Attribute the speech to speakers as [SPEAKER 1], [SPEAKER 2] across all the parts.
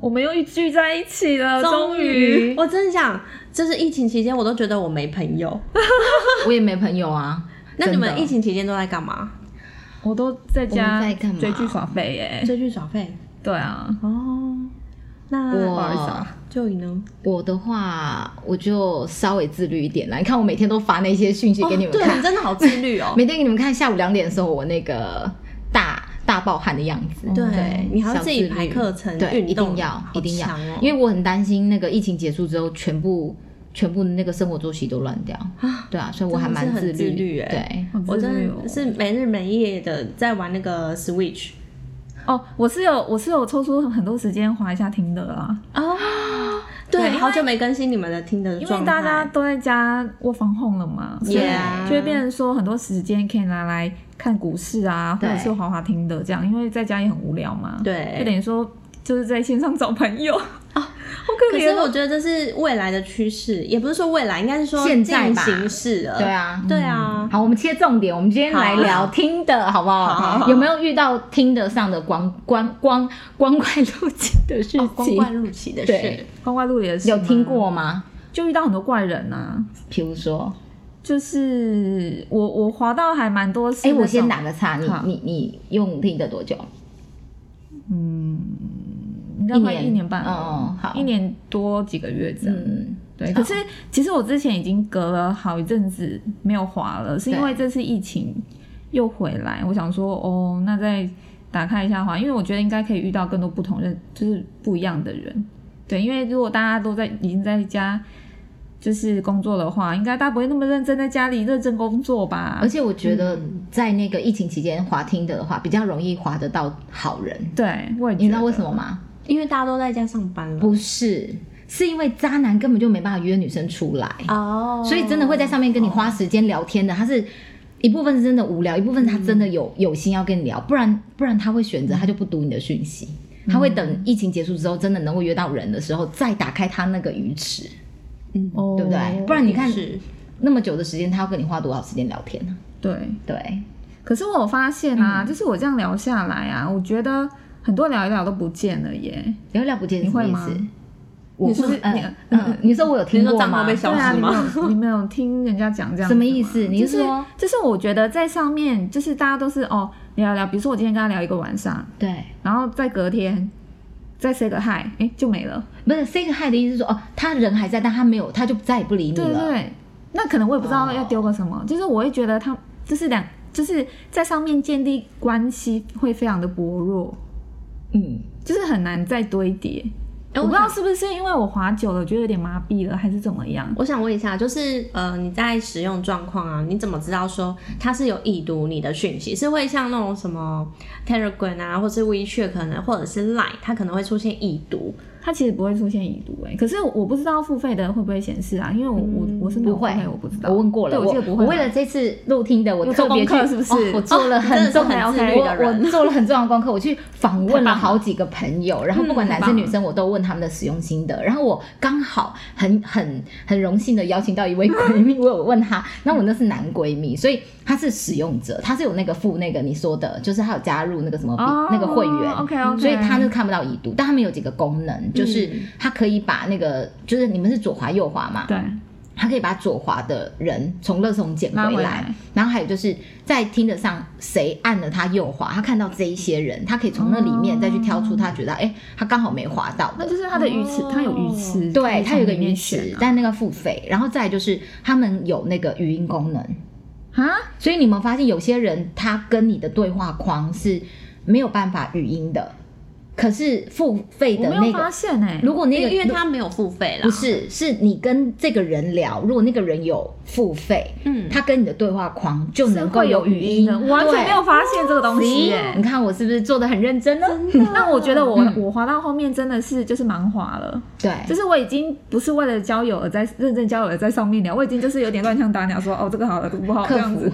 [SPEAKER 1] 我们又聚在一起
[SPEAKER 2] 哦
[SPEAKER 1] 了，终于。
[SPEAKER 2] 我真的想，就是疫情期间，我都觉得我没朋 友。
[SPEAKER 3] 我也没朋友啊。
[SPEAKER 2] 那你
[SPEAKER 3] 真
[SPEAKER 2] 们
[SPEAKER 3] 的
[SPEAKER 2] 疫情期间都在干嘛？
[SPEAKER 1] 我都在
[SPEAKER 3] 我
[SPEAKER 1] 家
[SPEAKER 3] 们在干嘛
[SPEAKER 1] 追剧耍废耶。
[SPEAKER 2] 追剧耍废
[SPEAKER 1] 对啊，
[SPEAKER 2] 哦。那
[SPEAKER 1] 不好意思
[SPEAKER 3] 我
[SPEAKER 1] 啊
[SPEAKER 2] 就你呢？
[SPEAKER 3] 我的话，我就稍微自律一点啦。你看，我每天都发那些讯息给你
[SPEAKER 2] 哦
[SPEAKER 3] 们
[SPEAKER 2] 对
[SPEAKER 3] 看，
[SPEAKER 2] 你真的好自律 哦。
[SPEAKER 3] 每天给你们看下午两点的时候，我那个大大暴汗的样子。
[SPEAKER 2] 哦对，你还要
[SPEAKER 3] 小
[SPEAKER 2] 自己
[SPEAKER 3] 自律
[SPEAKER 2] 排课程，
[SPEAKER 3] 对，
[SPEAKER 2] 运
[SPEAKER 3] 一
[SPEAKER 2] 动哦
[SPEAKER 3] 定要，一定要，
[SPEAKER 2] 因为
[SPEAKER 3] 因为我很担心那个疫情结束之后，全部全部那个生活作息都乱掉。对啊，所以我还蛮
[SPEAKER 2] 真的是
[SPEAKER 3] 自
[SPEAKER 2] 很
[SPEAKER 3] 律，
[SPEAKER 2] 自律欸
[SPEAKER 3] 对，
[SPEAKER 1] 好
[SPEAKER 2] 我
[SPEAKER 1] 自律
[SPEAKER 2] 真
[SPEAKER 1] 哦
[SPEAKER 2] 的是没日没夜的在玩那个 Switch
[SPEAKER 1] 哦，我是有我是有抽出很多时间划一下听的啦，
[SPEAKER 2] 啊。
[SPEAKER 1] 对
[SPEAKER 2] 对，
[SPEAKER 1] 因为
[SPEAKER 2] 好久没更新你们的听的
[SPEAKER 1] 因
[SPEAKER 2] 状
[SPEAKER 1] 为
[SPEAKER 2] 态，
[SPEAKER 1] 大家都在家窝房控了嘛，所以
[SPEAKER 2] Yeah
[SPEAKER 1] 就会变成说很多时间可以拿来看股市啊，或
[SPEAKER 3] 对
[SPEAKER 1] 者是划划听的这样，因为在家也很无聊嘛，，就
[SPEAKER 2] 对。哦
[SPEAKER 1] 等于说就是在线上找朋友啊， 好可
[SPEAKER 2] 可是
[SPEAKER 1] 怜哦
[SPEAKER 2] 我觉得这是未来的趋势，也不是说未来，应该是说
[SPEAKER 3] 现在
[SPEAKER 2] 进
[SPEAKER 3] 吧
[SPEAKER 2] 行式了。
[SPEAKER 3] 对，啊。
[SPEAKER 2] 对啊，
[SPEAKER 3] 好，我们切重点，我们今天来
[SPEAKER 2] 好
[SPEAKER 3] 聊听的好不好？
[SPEAKER 2] 好好好
[SPEAKER 3] 有没有遇到听的上的光光光光怪陆奇的事情？
[SPEAKER 2] 哦光怪陆奇的事
[SPEAKER 3] 嗯对，
[SPEAKER 1] 光怪陆离的事
[SPEAKER 3] 有
[SPEAKER 1] 吗
[SPEAKER 3] 听，过吗？
[SPEAKER 1] 就遇到很多怪人啊。
[SPEAKER 3] 比如说，
[SPEAKER 1] 就是我我滑到还蛮多次
[SPEAKER 3] 哎、
[SPEAKER 1] 那种，
[SPEAKER 3] 我先打个岔，你
[SPEAKER 1] 好
[SPEAKER 3] 你你用听的多久？
[SPEAKER 1] 应该快
[SPEAKER 3] 一年
[SPEAKER 1] 一年半了，
[SPEAKER 3] 哦好
[SPEAKER 1] 一年多几个月这样。
[SPEAKER 3] 嗯，
[SPEAKER 1] 对，
[SPEAKER 3] 好
[SPEAKER 1] 可是其实我之前已经隔了好一阵子没有滑了，是因
[SPEAKER 3] 对
[SPEAKER 1] 为这次疫情又回来，我想说哦，那再打开一下滑，因为我觉得应该可以遇到更多不同人，就是不一样的人。对，因为如果大家都在已经在家就是工作的话，应该大家不会那么认真在家里认真工作吧？
[SPEAKER 3] 而且我觉得
[SPEAKER 1] 嗯
[SPEAKER 3] 在那个疫情期间滑听的的话，比较容易滑得到好人。
[SPEAKER 1] 对，我也
[SPEAKER 3] 你知道为什
[SPEAKER 1] 么？
[SPEAKER 3] 么吗？
[SPEAKER 2] 因为大家都在家上班了。
[SPEAKER 3] 不是，是因为渣男根本就没办法约女生出来，
[SPEAKER 2] 哦，
[SPEAKER 3] 所以真的会在上面跟你花时间聊天的，他是。一部分是真的无聊，一部分他真的有、
[SPEAKER 1] 嗯
[SPEAKER 3] 有心要跟你聊，不然不然他会选择他就不读你的讯息，他会
[SPEAKER 1] 嗯
[SPEAKER 3] 等疫情结束之后真的能够约到人的时候再打开他那个鱼池，
[SPEAKER 1] 哦
[SPEAKER 3] 对不对？不然你看
[SPEAKER 2] 是
[SPEAKER 3] 那么久的时间，他要跟你花多少时间聊天呢、
[SPEAKER 1] 对，
[SPEAKER 3] 对，
[SPEAKER 1] 可是我有发现
[SPEAKER 3] 嗯
[SPEAKER 1] 啊，就是我这样聊下来啊，我觉得很多聊一聊都不见了耶。
[SPEAKER 3] 聊聊不见是
[SPEAKER 1] 你
[SPEAKER 3] 什么
[SPEAKER 1] 会
[SPEAKER 3] 意
[SPEAKER 1] 吗
[SPEAKER 3] 思？
[SPEAKER 1] 你是不是
[SPEAKER 3] 嗯
[SPEAKER 1] 你
[SPEAKER 3] 嗯，你说我有听
[SPEAKER 2] 你说
[SPEAKER 3] 过
[SPEAKER 2] 账
[SPEAKER 3] 吗
[SPEAKER 2] 号？被消
[SPEAKER 1] 对啊，
[SPEAKER 2] 失
[SPEAKER 1] 你没
[SPEAKER 2] 吗？
[SPEAKER 1] 有你没有听人家讲这样
[SPEAKER 3] 什么
[SPEAKER 1] 子
[SPEAKER 3] 意
[SPEAKER 1] 吗
[SPEAKER 3] 思？你
[SPEAKER 1] 就是是
[SPEAKER 3] 说
[SPEAKER 1] 就是我觉得在上面，就是大家都是哦聊聊，比如说我今天跟他聊一个晚上，
[SPEAKER 3] 对？
[SPEAKER 1] 然后再隔天再 say 个 hi，哎就没了。
[SPEAKER 3] 不是 say 个 hi 的意思是说哦，他人还在，但他没有，他就再也不理你
[SPEAKER 1] 对
[SPEAKER 3] 了。
[SPEAKER 1] 对，那可能我也不知道
[SPEAKER 3] 哦
[SPEAKER 1] 要丢个什么，就是我会觉得他就是两就是在上面建立关系会非常的薄弱，
[SPEAKER 3] 嗯，
[SPEAKER 1] 就是很难再堆叠。
[SPEAKER 2] 哎
[SPEAKER 1] 我不知
[SPEAKER 2] 我
[SPEAKER 1] 道
[SPEAKER 2] 想
[SPEAKER 1] 是不是因为我滑久了，我觉得有点麻痹了，还是怎么样？
[SPEAKER 2] 我想问一下，就是呃，你在使用状况啊，你怎么知道说它是有已读你的讯息？是会像那种什么 Telegram 啊，或是 WeChat 可能，或者是 Line，它可能会出现已读。
[SPEAKER 1] 它其实不会出现已读哎、可是我不知道付费的会不会显示啊？因为我、我我是没有
[SPEAKER 3] 嗯不会
[SPEAKER 1] 付费哎我不知道。
[SPEAKER 3] 我问过了，
[SPEAKER 1] 对，我记得不会嘛。
[SPEAKER 3] 我为了这次录听的，我
[SPEAKER 1] 有
[SPEAKER 3] 特
[SPEAKER 1] 做
[SPEAKER 3] 别去
[SPEAKER 1] 功课是不是
[SPEAKER 3] 哦我做
[SPEAKER 2] 真
[SPEAKER 3] 了
[SPEAKER 2] 的
[SPEAKER 3] 很
[SPEAKER 2] 是
[SPEAKER 3] 重
[SPEAKER 2] 很
[SPEAKER 3] 要
[SPEAKER 2] 自律的
[SPEAKER 3] 我
[SPEAKER 2] 人
[SPEAKER 3] 我 做了很重要的功课，我去访问了
[SPEAKER 2] 棒了
[SPEAKER 3] 好几个朋友，然后
[SPEAKER 1] 嗯
[SPEAKER 3] 不管男生女生，我都问他们的使用心得。然后我刚好很很很荣幸的邀请到一位闺蜜，我 有问她，那我那是男闺蜜，所以他是使用者，他是有那个付那个你说的，就是他有加入那个什么比
[SPEAKER 1] 哦
[SPEAKER 3] 那个会员嗯
[SPEAKER 1] OK，OK
[SPEAKER 3] 所以他是看不到已读，但他们有几个功能，就是
[SPEAKER 2] 嗯
[SPEAKER 3] 他可以把那个就是你们是左滑右滑嘛，
[SPEAKER 1] 对，
[SPEAKER 3] 他可以把左滑的人从乐从捡
[SPEAKER 1] 拉
[SPEAKER 3] 回
[SPEAKER 1] 回
[SPEAKER 3] 来
[SPEAKER 1] 来，
[SPEAKER 3] 然后还有就是在听得上谁按了他右滑，他看到这一些人，他可以从那里面再去挑出他觉得哎、诶他刚好没滑到
[SPEAKER 1] 嗯那
[SPEAKER 3] 的。
[SPEAKER 1] 就是它的鱼池，
[SPEAKER 2] 哦
[SPEAKER 1] 它有鱼池，
[SPEAKER 3] 对，
[SPEAKER 1] 它
[SPEAKER 3] 他有一个鱼
[SPEAKER 1] 鱼
[SPEAKER 3] 池
[SPEAKER 1] 池，
[SPEAKER 3] 但那个付费，然后再来就是他们有那个语音功能，
[SPEAKER 1] 啊，
[SPEAKER 3] 所以你们发现有些人他跟你的对话框是没有办法语音的，可是付费
[SPEAKER 1] 我
[SPEAKER 3] 的
[SPEAKER 1] 没
[SPEAKER 3] 那
[SPEAKER 1] 有发
[SPEAKER 3] 个，
[SPEAKER 1] 现哎、
[SPEAKER 3] 如果那
[SPEAKER 2] 因
[SPEAKER 3] 个
[SPEAKER 2] 为因为它没有付费啦
[SPEAKER 3] 不。是，是你跟这个人聊，如果那个人有付费，
[SPEAKER 2] 嗯
[SPEAKER 3] 他跟你的对话框就能够
[SPEAKER 1] 会有
[SPEAKER 3] 语
[SPEAKER 1] 音的，我完全没有发现这个东
[SPEAKER 3] 对
[SPEAKER 1] 西 耶、
[SPEAKER 3] 咦你看我是不是做的很认真呢？
[SPEAKER 1] 那我觉得 我、我滑到后面真的是就是蛮滑了，
[SPEAKER 3] 对，
[SPEAKER 1] 就是我已经不是为了交友而在认真交友而在上面聊，我已经就是有点乱枪打鸟说哦这个好了，这个不好这
[SPEAKER 3] 克服
[SPEAKER 1] 样子，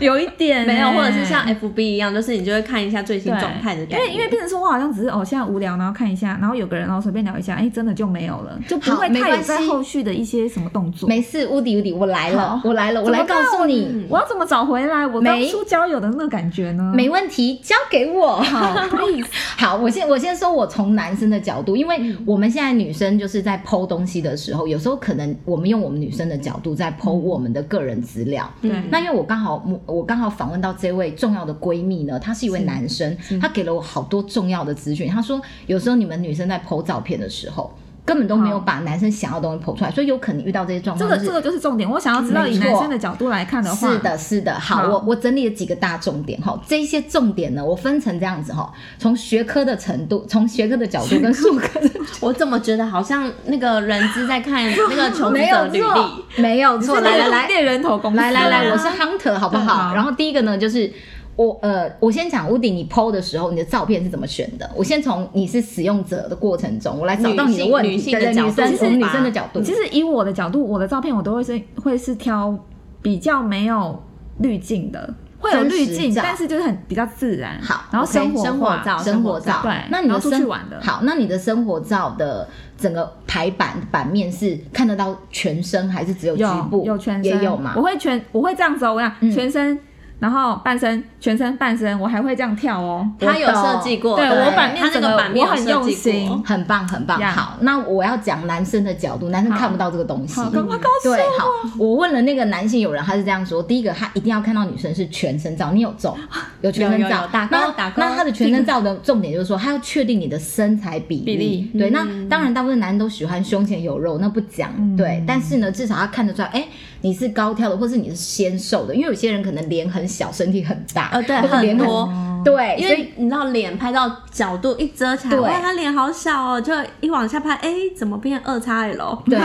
[SPEAKER 1] 有一点欸、
[SPEAKER 2] 没有，或者是像 FB 一样，就是你就会看一下最新
[SPEAKER 1] 对
[SPEAKER 2] 状态的
[SPEAKER 1] 因
[SPEAKER 2] 感觉。
[SPEAKER 1] 为因为变成说我好像只是哦现在无聊，然后看一下，然后有个人然后随便聊一下，哎，真的就没有了，就不
[SPEAKER 3] 好
[SPEAKER 1] 会
[SPEAKER 3] 没
[SPEAKER 1] 太
[SPEAKER 3] 关
[SPEAKER 1] 有在
[SPEAKER 3] 系
[SPEAKER 1] 后续的一些什么动作。
[SPEAKER 3] 没事，乌迪乌迪，我来了
[SPEAKER 1] 好，
[SPEAKER 3] 我来了，我来告诉你，
[SPEAKER 1] 我要怎么找回来我当
[SPEAKER 3] 没
[SPEAKER 1] 初交友的那感觉呢？
[SPEAKER 3] 没问题，交 给我。
[SPEAKER 1] 好，please，
[SPEAKER 3] 好，我先我先说，我从男生的角度，因为
[SPEAKER 1] 嗯
[SPEAKER 3] 我们现在女生就是在剖东西的时候，有时候可能我们用我们女生的角度在
[SPEAKER 1] 嗯
[SPEAKER 3] 剖我们的个人资料。
[SPEAKER 1] 对
[SPEAKER 2] 嗯
[SPEAKER 3] 那因为我刚好我刚好访问到这位重要的闺蜜呢，她是一位
[SPEAKER 1] 是
[SPEAKER 3] 男生，他给了我好多重要的资讯。他说，有时候你们女生在剖照片的时候，根本都没有
[SPEAKER 1] 好
[SPEAKER 3] 把男生想要的东西剖出来，所以有可能遇到这些状
[SPEAKER 1] 这
[SPEAKER 3] 况、
[SPEAKER 1] 个
[SPEAKER 3] 就是。
[SPEAKER 1] 这个就是重点。我想要知道以
[SPEAKER 3] 没错
[SPEAKER 1] 男生的角度来看的话，
[SPEAKER 3] 是的，是的。好，
[SPEAKER 1] 好
[SPEAKER 3] 我我整理了几个大重点哈，这一些重点呢，我分成这样子哈，从学科的程度，从学科的角度跟术科的
[SPEAKER 2] 我怎么觉得好像那个人资在看那个求职
[SPEAKER 3] 没
[SPEAKER 2] 者
[SPEAKER 3] 有
[SPEAKER 2] 履历？
[SPEAKER 3] 错，没有
[SPEAKER 1] 你是
[SPEAKER 3] 错。来来来，
[SPEAKER 1] 猎人头公司
[SPEAKER 3] 来来来，
[SPEAKER 1] 啊
[SPEAKER 3] 我是 hunter 好不
[SPEAKER 1] 对
[SPEAKER 3] 好？
[SPEAKER 1] 好
[SPEAKER 3] 然后第一个呢，就是我呃，我先讲屋顶，你 PO 的时候，你的照片是怎么选的？我先从你是使用者的过程中，我来找到你的问题，
[SPEAKER 2] 女性
[SPEAKER 3] 对对
[SPEAKER 2] 女性的
[SPEAKER 3] 女
[SPEAKER 2] 角
[SPEAKER 3] 生
[SPEAKER 2] 度
[SPEAKER 3] 从女生的
[SPEAKER 2] 吧
[SPEAKER 3] 角度，
[SPEAKER 1] 其实以我的角度，我的照片我都会是会是挑比较没有滤镜的，会有
[SPEAKER 3] 真
[SPEAKER 1] 滤
[SPEAKER 3] 实
[SPEAKER 1] 镜，
[SPEAKER 3] 照
[SPEAKER 1] 但是就是很比较自然。
[SPEAKER 3] 好
[SPEAKER 1] 然后
[SPEAKER 3] OK，
[SPEAKER 1] 生活
[SPEAKER 2] 生
[SPEAKER 1] 化
[SPEAKER 2] 活照
[SPEAKER 3] 生活照
[SPEAKER 2] 照，
[SPEAKER 1] 对
[SPEAKER 3] 那
[SPEAKER 1] 然
[SPEAKER 3] 你的
[SPEAKER 1] 后出
[SPEAKER 3] 生
[SPEAKER 1] 去玩的
[SPEAKER 3] 好，那你的生活照的整个排版版面是看得到全身还是只有局
[SPEAKER 1] 有
[SPEAKER 3] 部？
[SPEAKER 1] 有全身
[SPEAKER 3] 也有嘛
[SPEAKER 1] 我？会全我会这样子哦，我讲
[SPEAKER 3] 嗯
[SPEAKER 1] 全身，然后半身，全身半身，我还会这样跳哦。
[SPEAKER 2] 他有设计过，
[SPEAKER 1] 对
[SPEAKER 3] 对
[SPEAKER 1] 我版面
[SPEAKER 2] 他那
[SPEAKER 1] 整
[SPEAKER 2] 个版面
[SPEAKER 1] 我很
[SPEAKER 2] 有设
[SPEAKER 1] 用
[SPEAKER 2] 计过
[SPEAKER 1] 心。
[SPEAKER 3] 很棒，很棒。
[SPEAKER 1] 呀
[SPEAKER 3] 好，那我要讲男生的角度，男生
[SPEAKER 1] 好
[SPEAKER 3] 看不到这个东西。
[SPEAKER 1] 好，赶快告诉
[SPEAKER 3] 对，好，
[SPEAKER 2] 哦
[SPEAKER 3] 我问了那个男性友人，他是这样说：第一个，他一定要看到女生是全身照，你有中，有全身
[SPEAKER 2] 啊有
[SPEAKER 3] 照
[SPEAKER 2] 有，打勾
[SPEAKER 3] 那
[SPEAKER 2] 打勾
[SPEAKER 3] 那他的全身照的重点就是说，他要确定你的身材比
[SPEAKER 1] 比
[SPEAKER 3] 例
[SPEAKER 1] 例。
[SPEAKER 3] 对，那
[SPEAKER 2] 嗯
[SPEAKER 3] 当然，大部分男人都喜欢胸前有肉，那不讲。对，但是呢，至少他看得出来，哎，你是高挑的，或是你是纤瘦的，因为有些人可能脸很小，身体很大，
[SPEAKER 2] 呃对
[SPEAKER 3] 或者脸
[SPEAKER 2] 很多
[SPEAKER 3] 对，
[SPEAKER 2] 因
[SPEAKER 3] 所以
[SPEAKER 2] 为你知道脸拍到角度一遮起来，
[SPEAKER 3] 对
[SPEAKER 2] 哇，他脸好小哦，就一往下拍，哎，怎么变二叉 L？
[SPEAKER 3] 对，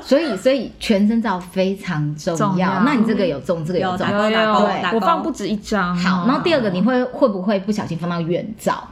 [SPEAKER 3] 所以所以全身照非常重
[SPEAKER 1] 重
[SPEAKER 3] 要。
[SPEAKER 1] 要
[SPEAKER 3] 那你这个有中，这个有
[SPEAKER 2] 有
[SPEAKER 3] 中
[SPEAKER 2] 打勾
[SPEAKER 1] 有有
[SPEAKER 2] 打
[SPEAKER 1] 有
[SPEAKER 2] 勾
[SPEAKER 3] 对
[SPEAKER 2] 打勾，
[SPEAKER 1] 我放不止一张。
[SPEAKER 3] 好，然后第二个你会会不会不小心放到远照？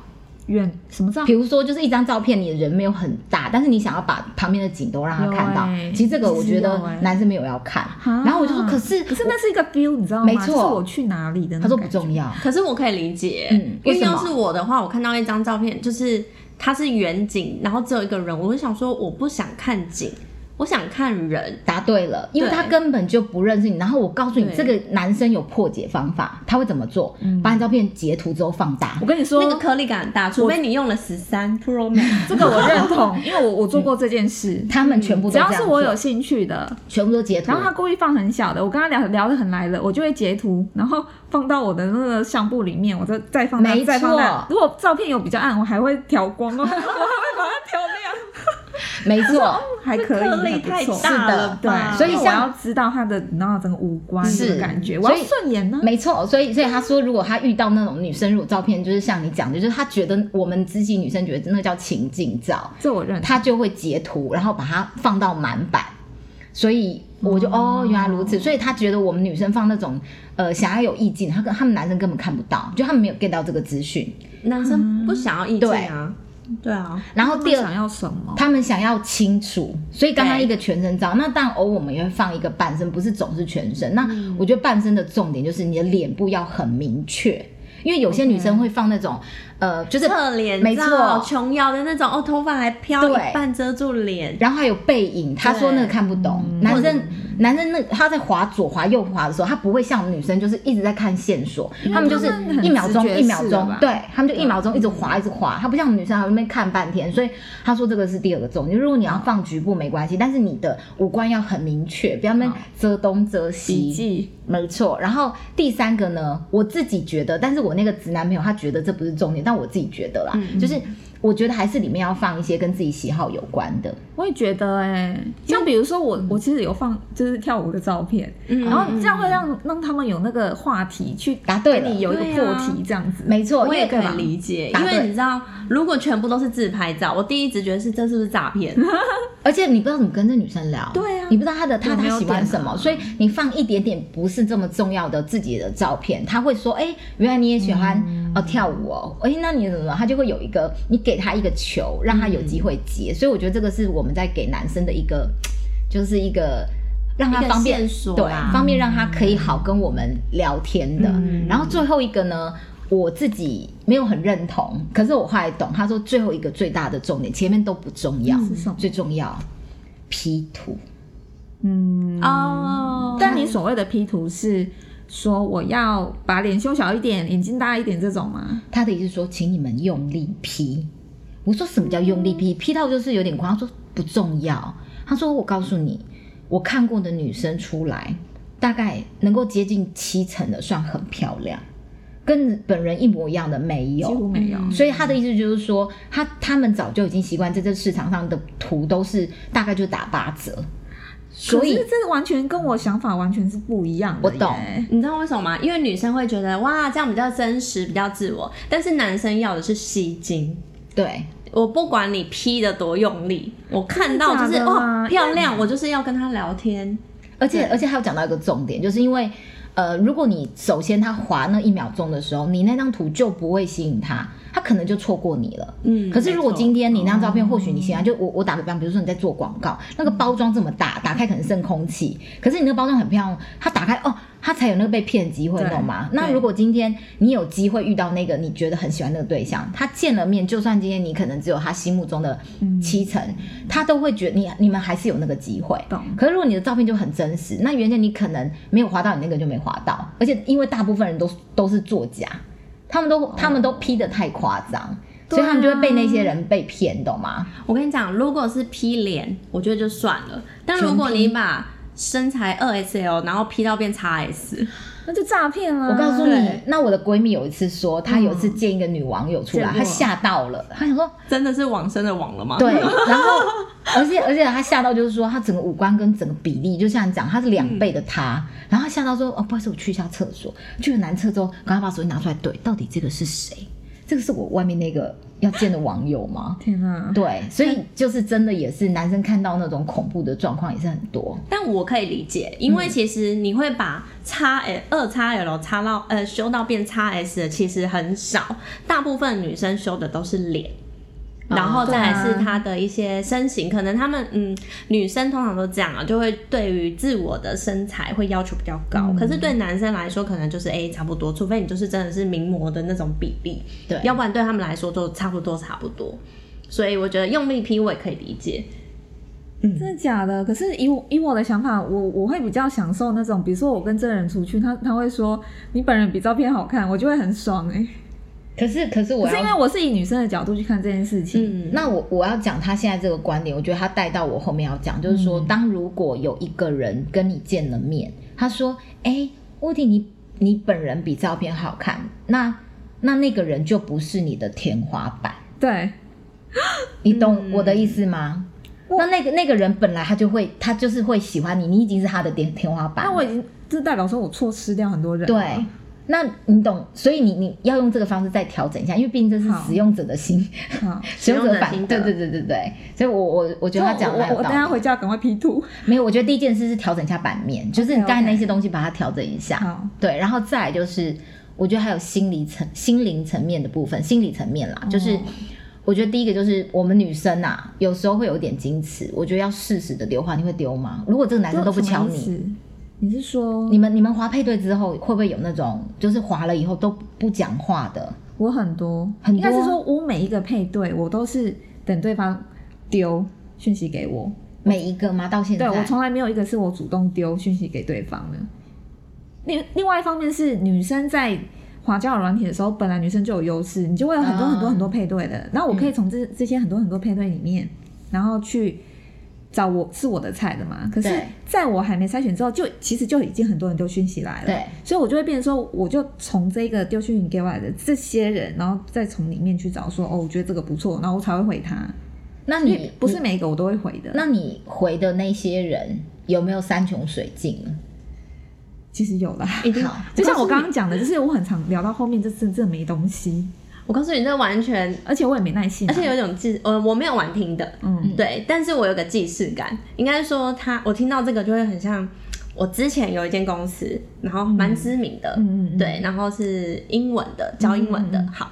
[SPEAKER 1] 远什么照
[SPEAKER 3] 比？如说，就是一张照片，你人没有很大，但是你想要把旁边的景都让他看到。
[SPEAKER 1] 有欸
[SPEAKER 3] 其实这个我觉
[SPEAKER 1] 其实
[SPEAKER 3] 得
[SPEAKER 1] 有欸
[SPEAKER 3] 男生没有要看，
[SPEAKER 1] 啊
[SPEAKER 3] 然后我就说，可是
[SPEAKER 1] 可是那是一个 view，你知道吗？
[SPEAKER 3] 没错
[SPEAKER 1] 就是我去哪里的那
[SPEAKER 3] 他
[SPEAKER 1] 种
[SPEAKER 3] 说不
[SPEAKER 1] 感觉。
[SPEAKER 3] 重要，
[SPEAKER 2] 可是我可以理解，
[SPEAKER 3] 嗯
[SPEAKER 2] 因
[SPEAKER 3] 为
[SPEAKER 2] 为
[SPEAKER 3] 什么
[SPEAKER 2] 要是我的话，我看到一张照片，就是它是远景，然后只有一个人，我就想说我不想看景，我想看人。
[SPEAKER 3] 答对了，因为
[SPEAKER 2] 对
[SPEAKER 3] 他根本就不认识你。然后我告诉你，
[SPEAKER 2] 对
[SPEAKER 3] 这个男生有破解方法，他会怎么做？
[SPEAKER 1] 嗯
[SPEAKER 3] 把你照片截图之后放大
[SPEAKER 1] 我，跟你说，
[SPEAKER 2] 那个颗粒感很大，除非你用了 十三 Pro Max，
[SPEAKER 1] 这个我认同，因为我我做过这件事。
[SPEAKER 3] 他们全部都
[SPEAKER 1] 只
[SPEAKER 3] 嗯这样
[SPEAKER 1] 要
[SPEAKER 3] 做
[SPEAKER 1] 是我有，兴趣的，
[SPEAKER 3] 全部都截图
[SPEAKER 1] 然。后他故意放很小的，我跟他聊聊得很来了，我就会截图，然后放到我的那个相簿里面，我再再放大
[SPEAKER 3] 没，错
[SPEAKER 1] 再放大。如果照片有比较暗，我还会调光，哦 我还会把它调亮，
[SPEAKER 3] 没错，
[SPEAKER 1] 还可
[SPEAKER 2] 颗
[SPEAKER 1] 以，
[SPEAKER 2] 粒
[SPEAKER 1] 还
[SPEAKER 2] 太
[SPEAKER 1] 不错。
[SPEAKER 2] 大了
[SPEAKER 1] 对
[SPEAKER 2] 吧？，
[SPEAKER 3] 所以
[SPEAKER 1] 因为我
[SPEAKER 3] 像
[SPEAKER 1] 要知道他的，然后整个五官
[SPEAKER 3] 是
[SPEAKER 1] 的感觉，
[SPEAKER 3] 所以
[SPEAKER 1] 我要顺眼呢。
[SPEAKER 3] 没错，所以所以他说，如果他遇到那种女生，如果照片就是像你讲的，就是他觉得我们自己女生觉得那叫情境照，
[SPEAKER 1] 这我认同。
[SPEAKER 3] 他就会截图，然后把它放到满版。所以我就哦，原来如此。所以他觉得我们女生放那种呃想要有意境，他跟他们男生根本看不到，就他们没有 get 到这个资讯。
[SPEAKER 2] 男生不想要意见啊，对啊，
[SPEAKER 3] 然后第
[SPEAKER 1] 他们，
[SPEAKER 3] 二
[SPEAKER 1] 想要什么？
[SPEAKER 3] 他们想要清楚，所以刚刚一个全身照，那但偶尔我们也会放一个半身，不是总是全身。那我觉得半身的重点就是你的脸部要很明确，因为有些女生会放那种呃，就是
[SPEAKER 2] 侧脸
[SPEAKER 3] 没错
[SPEAKER 2] 照、琼瑶的那种，哦，头发还飘
[SPEAKER 3] 对
[SPEAKER 2] 一半遮住脸，
[SPEAKER 3] 然后还有背影，他说那个看不懂。
[SPEAKER 1] 嗯
[SPEAKER 3] 男生男生那他在滑左滑右滑的时候，他不会像我们女生就是一直在看线索，他们就是
[SPEAKER 1] 他们很
[SPEAKER 3] 一秒钟
[SPEAKER 1] 直觉
[SPEAKER 3] 一秒
[SPEAKER 1] 式的
[SPEAKER 3] 钟
[SPEAKER 1] 吧，
[SPEAKER 3] 对他们就一秒钟一直滑一直滑，他不像我们女生还在那边看半天。所以他说这个是第二个重点，如果你要放局部没关系，但是你的五官要很明确，不要那边遮东遮
[SPEAKER 1] 笔
[SPEAKER 3] 西。
[SPEAKER 1] 记
[SPEAKER 3] 没错，然后第三个呢，我自己觉得，但是我那个直男朋友他觉得这不是重点，但我自己觉得
[SPEAKER 1] 嗯
[SPEAKER 3] 啦，就是我觉得还是里面要放一些跟自己喜好有关的，
[SPEAKER 1] 我也觉得哎、像比如说
[SPEAKER 3] 嗯
[SPEAKER 1] 我，我其实有放就是跳舞的照片，
[SPEAKER 2] 嗯
[SPEAKER 1] 然后这样会让让他们有那个话题去
[SPEAKER 3] 答对了
[SPEAKER 1] 跟你有一个
[SPEAKER 2] 对
[SPEAKER 1] 破
[SPEAKER 2] 啊
[SPEAKER 1] 题这样子。
[SPEAKER 3] 没错，
[SPEAKER 2] 我
[SPEAKER 3] 因
[SPEAKER 2] 也
[SPEAKER 3] 为
[SPEAKER 2] 可以理解，
[SPEAKER 3] 答
[SPEAKER 2] 因
[SPEAKER 3] 对
[SPEAKER 2] 为你知道，如果全部都是自拍照，我第一直觉得是这是不是诈 骗？
[SPEAKER 3] 而且你不知道怎么跟这女生聊，
[SPEAKER 2] 对啊
[SPEAKER 3] 你不知道她的她
[SPEAKER 1] 有没
[SPEAKER 3] 她
[SPEAKER 1] 有
[SPEAKER 3] 喜欢
[SPEAKER 1] 点啊
[SPEAKER 3] 什么，所以你放一点点不是这么重要的自己的照片，她会说，哎、原来你也喜欢、
[SPEAKER 2] 嗯
[SPEAKER 3] 哦跳舞哦，哎、那你怎么了？她就会有一个，你给她一个球，让她有机会
[SPEAKER 2] 嗯
[SPEAKER 3] 接，所以我觉得这个是我们在给男生的一个，就是一个。让他
[SPEAKER 2] 一个
[SPEAKER 3] 方便
[SPEAKER 2] 线索啊
[SPEAKER 3] 对
[SPEAKER 2] 啦，
[SPEAKER 1] 嗯
[SPEAKER 3] 方便让他可以好跟我们聊天的。然后最后一个呢，我自己没有很认同，可是我后来懂，他说最后一个最大的重点，前面都不重要，
[SPEAKER 1] 嗯是什么
[SPEAKER 3] 最重要 P 图。
[SPEAKER 1] 嗯
[SPEAKER 2] 哦，
[SPEAKER 1] 但你所谓的 P 图是说我要把脸修小一点，眼睛大一点这种吗？
[SPEAKER 3] 他的意思说，请你们用力 P。我说什么叫用力
[SPEAKER 1] 哦
[SPEAKER 3] P？P 到就是有点夸。他说不重要。他说我告诉你，我看过的女生出来，大概能够接近七成的算很漂亮，跟本人一模一样的没
[SPEAKER 1] 几乎
[SPEAKER 3] 有。
[SPEAKER 1] 没有。
[SPEAKER 2] 嗯
[SPEAKER 3] 所以他的意思就是说，他他们早就已经习惯在这市场上的图都是大概就打八折，所以
[SPEAKER 1] 可是这完全跟我想法完全是不一样的。
[SPEAKER 3] 我懂。
[SPEAKER 2] 你知道为什么吗？因为女生会觉得哇，这样比较真实，比较自我，但是男生要的是吸睛。
[SPEAKER 3] 对
[SPEAKER 2] 我不管你 P 的多用力，我看到就
[SPEAKER 1] 真的
[SPEAKER 2] 是
[SPEAKER 1] 假的
[SPEAKER 2] 哇
[SPEAKER 1] 啊
[SPEAKER 2] 漂亮，我就是要跟他聊天。
[SPEAKER 3] 而且而且还有讲到一个重点，就是因为呃，如果你首先他划那一秒钟的时候，你那张图就不会吸引他，他可能就错过你了。
[SPEAKER 2] 嗯，
[SPEAKER 3] 可是如果
[SPEAKER 2] 没错
[SPEAKER 3] 今天你那张照片，或许你喜欢，就我我打个比方，比如说你在做广告，那个包装这么大，打开可能剩空气，可是你那个包装很漂亮，它打开哦，它才有那个被骗的机会，
[SPEAKER 1] 对
[SPEAKER 3] 你懂吗？
[SPEAKER 1] 对
[SPEAKER 3] 那如果今天你有机会遇到那个你觉得很喜欢那个对象，他见了面，就算今天你可能只有他心目中的七成，他都会觉得你你们还是有那个机会。
[SPEAKER 1] 嗯懂
[SPEAKER 3] 可是如果你的照片就很真实，那原先你可能没有划到，你那个就没划到，而且因为大部分人都都是作假，他们
[SPEAKER 1] 哦
[SPEAKER 3] 都他们都 P 的太夸张。
[SPEAKER 1] 啊
[SPEAKER 3] 所以他们就会被那些人被骗，你懂吗？
[SPEAKER 2] 我跟你讲，如果是 P 脸，我觉得就算了。但如果你把身材二 S L，然后 P 到变 x S，
[SPEAKER 1] 那就诈骗啦！
[SPEAKER 3] 我告
[SPEAKER 1] 嗯
[SPEAKER 3] 诉
[SPEAKER 1] 对
[SPEAKER 3] 你，那我的闺蜜有一次说，她有一次见一个女网友出来，
[SPEAKER 1] 见过哦
[SPEAKER 3] 她吓到了，她想说
[SPEAKER 2] 真的是网生的网了吗？
[SPEAKER 3] 对，然后而且而且她吓到就是说，她整个五官跟整个比例，就像你讲，她是两倍的她，
[SPEAKER 1] 嗯
[SPEAKER 3] 然后她吓到说，哦，不好意思，我去一下厕所，去了男厕之后，赶快把手机拿出来对，到底这个是谁？这个是我外面那个要见的网友吗？
[SPEAKER 1] 天啊哪！
[SPEAKER 3] 对，所以就是真的也是男生看到那种恐怖的状况也是很多，
[SPEAKER 2] 但我可以理解，因为其实你会把叉 L 二叉 L 叉到呃修到变叉 S 的其实很少，大部分女生修的都是脸。
[SPEAKER 3] 哦
[SPEAKER 2] 然后再来是
[SPEAKER 1] 对啊
[SPEAKER 2] 她的一些身形，可能她们嗯，女生通常都这样啊，就会对于自我的身材会要求比较高。可是对男生来说，可能就是哎、差不多，除非你就是真的是名模的那种比例，
[SPEAKER 3] 对，
[SPEAKER 2] 要不然对他们来说就差不多差不多。所以我觉得用力 P 我也可以理解，
[SPEAKER 3] 嗯
[SPEAKER 1] 真的假的？可是以我以我的想法，我我会比较享受那种，比如说我跟这个人出去，他他会说你本人比照片好看，我就会很爽哎、
[SPEAKER 3] 可是可是我
[SPEAKER 1] 可是
[SPEAKER 3] 要
[SPEAKER 1] 因为我是以女生的角度去看这件事情，
[SPEAKER 2] 嗯，
[SPEAKER 3] 那我我要讲他现在这个观点，我觉得他带到我后面要讲，就是
[SPEAKER 1] 嗯
[SPEAKER 3] 说，当如果有一个人跟你见了面，他说：“哎、乌迪，你你本人比照片好看。那”那那个人就不是你的天花板，
[SPEAKER 1] 对，
[SPEAKER 3] 你
[SPEAKER 1] 嗯
[SPEAKER 3] 懂我的意思吗？那那个那个人本来他就会，他就是会喜欢你，你已经是他的天天花板了。
[SPEAKER 1] 那我已嗯经这代表说我错失掉很多人，
[SPEAKER 3] 对，，那你懂，所以你你要用这个方式再调整一下，因为毕竟这是
[SPEAKER 1] 好
[SPEAKER 3] 使用者的心，
[SPEAKER 1] 好，
[SPEAKER 3] 使用者
[SPEAKER 2] 使
[SPEAKER 3] 反
[SPEAKER 2] 用者心
[SPEAKER 3] 对
[SPEAKER 2] 得
[SPEAKER 3] 对对对对，所以我我我觉得他讲
[SPEAKER 1] 我
[SPEAKER 3] 的
[SPEAKER 1] 我我
[SPEAKER 3] 蛮有道
[SPEAKER 1] 等一
[SPEAKER 3] 理
[SPEAKER 1] 下
[SPEAKER 3] 的。
[SPEAKER 1] 回家赶快 P 图，
[SPEAKER 3] 没有，我觉得第一件事是调整一下版面，就是你刚才
[SPEAKER 1] OK，OK
[SPEAKER 3] 那些东西把它调整一下。
[SPEAKER 1] 好
[SPEAKER 3] 对，然后再来就是，我觉得还有心理层、心灵层面的部分，心理层面
[SPEAKER 1] 哦
[SPEAKER 3] 啦，就是。我觉得第一个就是我们女生啊，有时候会有点矜持。我觉得要适时的丢话，你会丢吗？如果这个男生都不
[SPEAKER 1] 什
[SPEAKER 3] 敲
[SPEAKER 1] 么意
[SPEAKER 3] 你，
[SPEAKER 1] 思，你是说
[SPEAKER 3] 你们你们划配对之后，会不会有那种就是划了以后都不讲话的？
[SPEAKER 1] 我很多，
[SPEAKER 3] 很
[SPEAKER 1] 应该
[SPEAKER 3] 多啊
[SPEAKER 1] 是说我每一个配对，我都是等对方丢讯息给我，
[SPEAKER 3] 每一个吗？到现在，
[SPEAKER 1] 对我从来没有一个是我主动丢讯息给对方的。另另外一方面是女生在滑交友软体的时候，本来女生就有优势，你就会有很多
[SPEAKER 3] 啊
[SPEAKER 1] 很多很多配对的。然后我可以从这、这些很多很多配对里面，然后去找我是我的菜的嘛。可是
[SPEAKER 3] 对
[SPEAKER 1] 在我还没筛选之后，就其实就已经很多人丢讯息来了。
[SPEAKER 3] 对，
[SPEAKER 1] 所以我就会变成说，我就从这个丢讯息给我来的这些人，然后再从里面去找说，哦，我觉得这个不错，然后我才会回他。
[SPEAKER 3] 那
[SPEAKER 1] 所以
[SPEAKER 3] 你
[SPEAKER 1] 不是每一个我都会回的。
[SPEAKER 3] 嗯那你回的那些人有没有山穷水尽呢？
[SPEAKER 1] 其实有啦。
[SPEAKER 2] 一定
[SPEAKER 3] 好
[SPEAKER 1] 就像我刚刚讲的，就是我很常聊到后面，就真正没东西，
[SPEAKER 2] 我告诉你，这完全
[SPEAKER 1] 而且我也没耐心啊、
[SPEAKER 2] 而且有一种既呃，我没有玩听的，
[SPEAKER 1] 嗯，
[SPEAKER 2] 对，但是我有个既视感，应该说他，我听到这个就会很像我之前有一间公司，然后蛮知名的，
[SPEAKER 1] 嗯嗯嗯
[SPEAKER 2] 对，然后是英文的，教英文的，
[SPEAKER 1] 嗯嗯嗯
[SPEAKER 2] 好，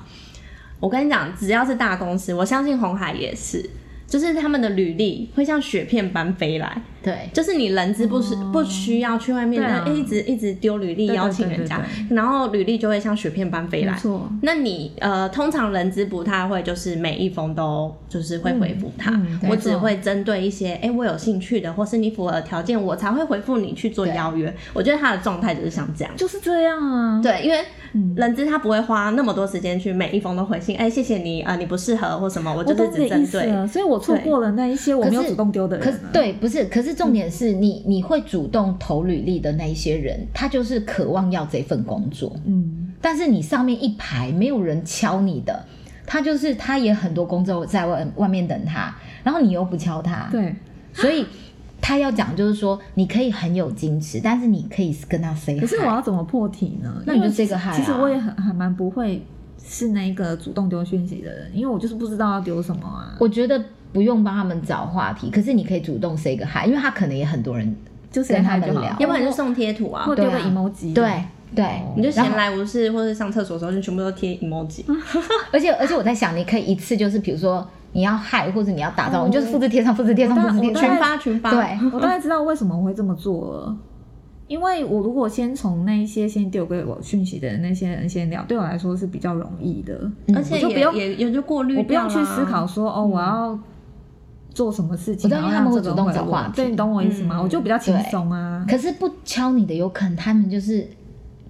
[SPEAKER 2] 我跟你讲，只要是大公司，我相信红海也是，就是他们的履历会像雪片般飞来，
[SPEAKER 3] 对，
[SPEAKER 2] 就是你人资不是、
[SPEAKER 1] 哦
[SPEAKER 2] 不需要去外面哎
[SPEAKER 1] 对啊
[SPEAKER 2] 那一直一直丢履历
[SPEAKER 1] 对对
[SPEAKER 2] 邀请人家，
[SPEAKER 1] 对
[SPEAKER 2] 然后履历就会像雪片般飞
[SPEAKER 1] 没
[SPEAKER 2] 来。
[SPEAKER 1] 错，
[SPEAKER 2] 那你呃，通常人资不太会，就是每一封都就是会回复他，
[SPEAKER 1] 嗯
[SPEAKER 3] 对
[SPEAKER 2] 我只会针对一些哎、诶我有兴趣的，或是你符合条件，我才会回复你去做
[SPEAKER 3] 对
[SPEAKER 2] 邀
[SPEAKER 1] 嗯
[SPEAKER 2] 约。我觉得他的状态就是像这样。
[SPEAKER 1] 就是这样啊。
[SPEAKER 2] 对，因为
[SPEAKER 1] 嗯
[SPEAKER 2] 人资他不会花那么多时间去每一封都回信，哎、谢谢你啊、呃你不适合或什么，我就
[SPEAKER 1] 我
[SPEAKER 2] 是
[SPEAKER 1] 懂
[SPEAKER 2] 只
[SPEAKER 1] 你的意
[SPEAKER 2] 针
[SPEAKER 1] 思
[SPEAKER 2] 对。
[SPEAKER 1] 了，所以我错过了那一些我没有
[SPEAKER 3] 可是
[SPEAKER 1] 主动丢的
[SPEAKER 3] 可
[SPEAKER 1] 人
[SPEAKER 3] 是
[SPEAKER 1] 啊。
[SPEAKER 3] 对，不是，可是重点是你你会主动投履历的那一些人，他就是渴望要这份工作，
[SPEAKER 1] 嗯，
[SPEAKER 3] 但是你上面一排没有人敲你的，他就是他也很多工作在外外面等他，然后你又不敲他，
[SPEAKER 1] 对，
[SPEAKER 3] 所以他要讲就是说，你可以很有矜持，但是你可以跟他 say hi。
[SPEAKER 1] 可是我要怎么破题呢？
[SPEAKER 3] 那你就
[SPEAKER 1] 因为其实
[SPEAKER 3] say 个 hi 啊
[SPEAKER 1] 其实我也很还蛮不会是那个主动丢讯息的人，因为我就是不知道要丢什么啊。
[SPEAKER 3] 我觉得不用帮他们找话题，可是你可以主动 say 个 hi，因为他可能也很多人
[SPEAKER 1] 就是
[SPEAKER 3] 跟他们
[SPEAKER 1] 就好
[SPEAKER 3] 聊
[SPEAKER 2] 要不然就送贴图啊
[SPEAKER 1] 或，丢个
[SPEAKER 3] 对啊
[SPEAKER 1] emoji。
[SPEAKER 3] 对对，
[SPEAKER 2] 你就
[SPEAKER 3] 然
[SPEAKER 2] 闲
[SPEAKER 3] 后
[SPEAKER 2] 来无事，或者上厕所的时候就全部都贴 emoji。
[SPEAKER 3] 而且而且我在想，你可以一次就是比如说你要嗨，或者你要打造，
[SPEAKER 1] 哦
[SPEAKER 3] 你就是复制贴上，复制贴上，
[SPEAKER 1] 我大
[SPEAKER 3] 复制贴
[SPEAKER 1] 我大
[SPEAKER 3] 上
[SPEAKER 2] 群，发群发，
[SPEAKER 3] 对，
[SPEAKER 1] 我大概知道为什么我会这么做了，因为我如果先从那一些先丢给我讯息的那些人先聊，对我来说是比较容易的。
[SPEAKER 3] 嗯
[SPEAKER 2] 而且
[SPEAKER 1] 我就不
[SPEAKER 2] 也
[SPEAKER 1] 用
[SPEAKER 2] 也也就过滤掉
[SPEAKER 1] 我不用
[SPEAKER 2] 啦嗯
[SPEAKER 1] 去思考说哦，我要做什么事
[SPEAKER 3] 我
[SPEAKER 1] 情，
[SPEAKER 3] 知道
[SPEAKER 1] 然后
[SPEAKER 3] 因为他
[SPEAKER 1] 让
[SPEAKER 3] 们会
[SPEAKER 1] 这个
[SPEAKER 3] 主动
[SPEAKER 1] 回
[SPEAKER 3] 找
[SPEAKER 1] 我
[SPEAKER 3] 话题
[SPEAKER 1] 对你懂我意思吗？
[SPEAKER 2] 嗯
[SPEAKER 1] 我就比较轻松啊。
[SPEAKER 3] 可是不敲你的，有可能他们就是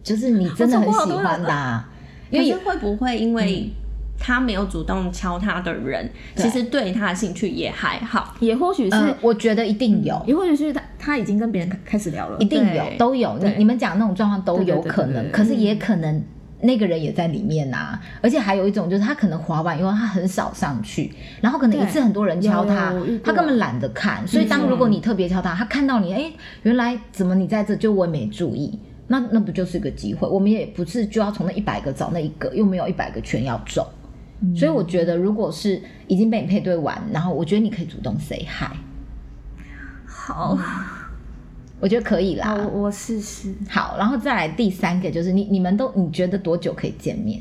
[SPEAKER 3] 就是你真的很喜欢的啊、因
[SPEAKER 2] 因
[SPEAKER 3] 为
[SPEAKER 2] 为
[SPEAKER 3] 有
[SPEAKER 2] 会不会因为他没有主动敲他的人，
[SPEAKER 3] 对
[SPEAKER 2] 其实对他的兴趣也还好。
[SPEAKER 1] 也或许是，
[SPEAKER 3] 呃，我觉得一定有。
[SPEAKER 1] 也或许是他他已经跟别人开始聊了，
[SPEAKER 3] 一定有
[SPEAKER 2] 对，
[SPEAKER 3] 都有。你
[SPEAKER 1] 对
[SPEAKER 3] 你们讲那种状况都
[SPEAKER 1] 对对
[SPEAKER 3] 有
[SPEAKER 1] 对
[SPEAKER 3] 可
[SPEAKER 1] 对对
[SPEAKER 3] 能，
[SPEAKER 1] 对
[SPEAKER 3] 可是也可能那个人也在里面呐、而且还有一种就是他可能滑板，因为他很少上去，然后可能一
[SPEAKER 1] 对
[SPEAKER 3] 次很多人敲他
[SPEAKER 1] 有有我遇，过嗯
[SPEAKER 3] 他根本懒得看。所以当如果你特别敲他，他看到你，哎，原来怎么你在这？就我也没注意。那那不就是个机会？我们也不是就要从那一百个找那一个，又没有一百个全要中。
[SPEAKER 1] 嗯
[SPEAKER 3] 所以我觉得，如果是已经被你配对完，然后我觉得你可以主动 say hi，
[SPEAKER 1] 好，
[SPEAKER 3] 嗯我觉得可以啦。
[SPEAKER 1] 好，我我试试。
[SPEAKER 3] 好，然后再来第三个就是你你们都你觉得多久可以见面？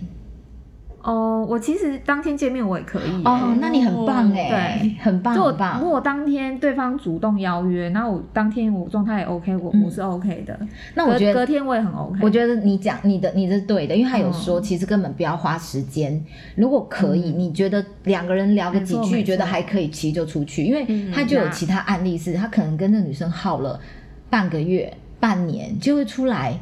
[SPEAKER 1] 哦，我其实当天见面我也可以欸
[SPEAKER 3] 哦，那你很棒哎、
[SPEAKER 1] 对
[SPEAKER 3] 很棒
[SPEAKER 1] 就我
[SPEAKER 3] 很棒
[SPEAKER 1] 如。果当天对方主动邀约，那我当天我状态也 OK，我、
[SPEAKER 3] 嗯
[SPEAKER 1] 我是 OK 的。
[SPEAKER 3] 那我
[SPEAKER 1] 隔
[SPEAKER 3] 觉
[SPEAKER 1] 隔
[SPEAKER 3] 得。
[SPEAKER 1] 天我也很 OK。
[SPEAKER 3] 我
[SPEAKER 1] 得
[SPEAKER 3] 觉得你讲你的你是对的，因为他有说，
[SPEAKER 1] 嗯
[SPEAKER 3] 其实根本不要花时间。如果可以，你觉得两个人聊个几
[SPEAKER 1] 没错
[SPEAKER 3] 句，
[SPEAKER 1] 没错
[SPEAKER 3] 觉得还可以，其实就出去。因为
[SPEAKER 2] 嗯
[SPEAKER 3] 他就有
[SPEAKER 1] 那
[SPEAKER 3] 其他案例是，他可能跟这女生耗了半个月、半年，就会出来，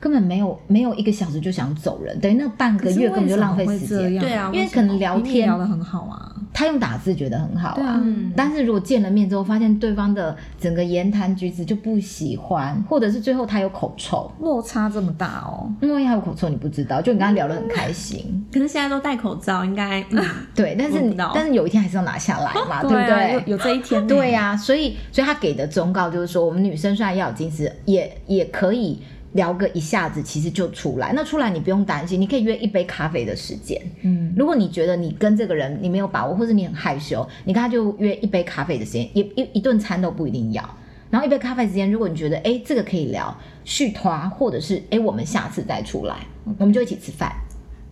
[SPEAKER 3] 根本没有没有一个小时就想走人，等于那半个月根本就浪费时间。
[SPEAKER 2] 对啊
[SPEAKER 3] 因为可能聊
[SPEAKER 1] 聊
[SPEAKER 3] 天
[SPEAKER 1] 聊得很好啊。
[SPEAKER 3] 他用打字觉得很好
[SPEAKER 1] 对
[SPEAKER 3] 啊
[SPEAKER 1] 啊，
[SPEAKER 2] 嗯，
[SPEAKER 3] 但是如果见了面之后，发现对方的整个言谈举止就不喜欢，或者是最后他有口臭，
[SPEAKER 1] 落差这么大哦。
[SPEAKER 3] 因为他有口臭你不知道，就你跟他聊得很开心，
[SPEAKER 2] 可是现在都戴口罩，应该、嗯
[SPEAKER 3] 对，但是
[SPEAKER 2] 我不
[SPEAKER 3] 你
[SPEAKER 2] 知道哦
[SPEAKER 3] 但是有一天还是要拿下来嘛，对不
[SPEAKER 1] 啊，有
[SPEAKER 3] 对？
[SPEAKER 1] 有这一天呢。
[SPEAKER 3] 对呀、所以所以他给的忠告就是说，我们女生虽然要有矜持，也也可以聊个一下子，其实就出来。那出来你不用担心，你可以约一杯咖啡的时间。
[SPEAKER 1] 嗯，
[SPEAKER 3] 如果你觉得你跟这个人你没有把握，或者你很害羞，你跟他就约一杯咖啡的时间，也一一顿餐都不一定要。然后一杯咖啡时间，如果你觉得哎、诶这个可以聊续拖，或者是哎、诶我们下次再出来，我们就一起吃饭。